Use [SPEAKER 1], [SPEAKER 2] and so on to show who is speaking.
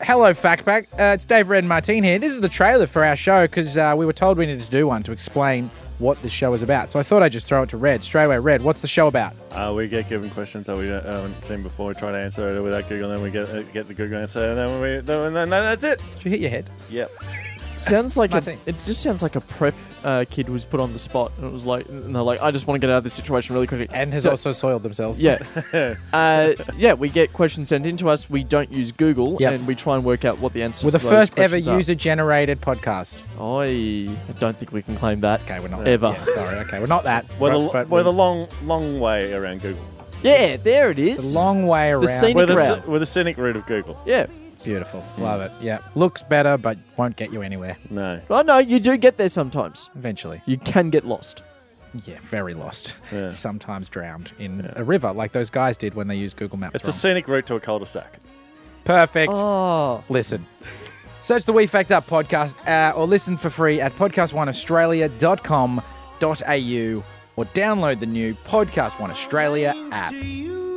[SPEAKER 1] Hello, Factback. Uh, it's Dave Red Martin here. This is the trailer for our show because uh, we were told we needed to do one to explain what the show is about. So I thought I'd just throw it to Red straight away. Red, what's the show about?
[SPEAKER 2] Uh, we get given questions that we don't- haven't seen before. We try to answer it without Google, and we get uh, get the Google answer, and then we and then that's it.
[SPEAKER 1] Did you hit your head?
[SPEAKER 2] Yep.
[SPEAKER 3] sounds like a,
[SPEAKER 1] Martin.
[SPEAKER 3] it just sounds like a prep uh, kid was put on the spot and it was like and they're like I just want to get out of this situation really quickly
[SPEAKER 1] And has
[SPEAKER 3] So-
[SPEAKER 1] also soiled themselves.
[SPEAKER 3] yeah uh, yeah we get questions sent in to us we don't use Google
[SPEAKER 1] Yep.
[SPEAKER 3] and we try and work out what the answer
[SPEAKER 1] We're the
[SPEAKER 3] to those
[SPEAKER 1] first ever
[SPEAKER 3] questions are.
[SPEAKER 1] user generated podcast.
[SPEAKER 3] Oi, I don't think we can claim that
[SPEAKER 1] Okay, we're not.
[SPEAKER 3] ever
[SPEAKER 1] Yeah, sorry. Okay, we're not that.
[SPEAKER 2] We're,
[SPEAKER 1] but-
[SPEAKER 2] the,
[SPEAKER 1] but
[SPEAKER 2] we're the
[SPEAKER 1] we-
[SPEAKER 2] long long way around Google.
[SPEAKER 3] yeah there it is
[SPEAKER 1] the long way around.
[SPEAKER 3] scenic
[SPEAKER 2] We're the
[SPEAKER 3] Route.
[SPEAKER 2] cy- we're the cynic route of Google.
[SPEAKER 3] yeah
[SPEAKER 1] Beautiful. Love it. Yeah. Looks better, but won't get you anywhere
[SPEAKER 2] No.
[SPEAKER 3] oh no you do get there sometimes
[SPEAKER 1] eventually.
[SPEAKER 3] you can get lost
[SPEAKER 1] Yeah, very lost.
[SPEAKER 2] Yeah.
[SPEAKER 1] Sometimes drowned in a river, like those guys did when they used Google Maps.
[SPEAKER 2] It's a
[SPEAKER 1] wrong.
[SPEAKER 2] scenic route to a cul-de-sac.
[SPEAKER 1] Perfect.
[SPEAKER 3] oh
[SPEAKER 1] Listen. Search the We Fact Up podcast uh, or listen for free at podcastoneaustralia.com.au or download the new Podcast One Australia app.
[SPEAKER 4] to you.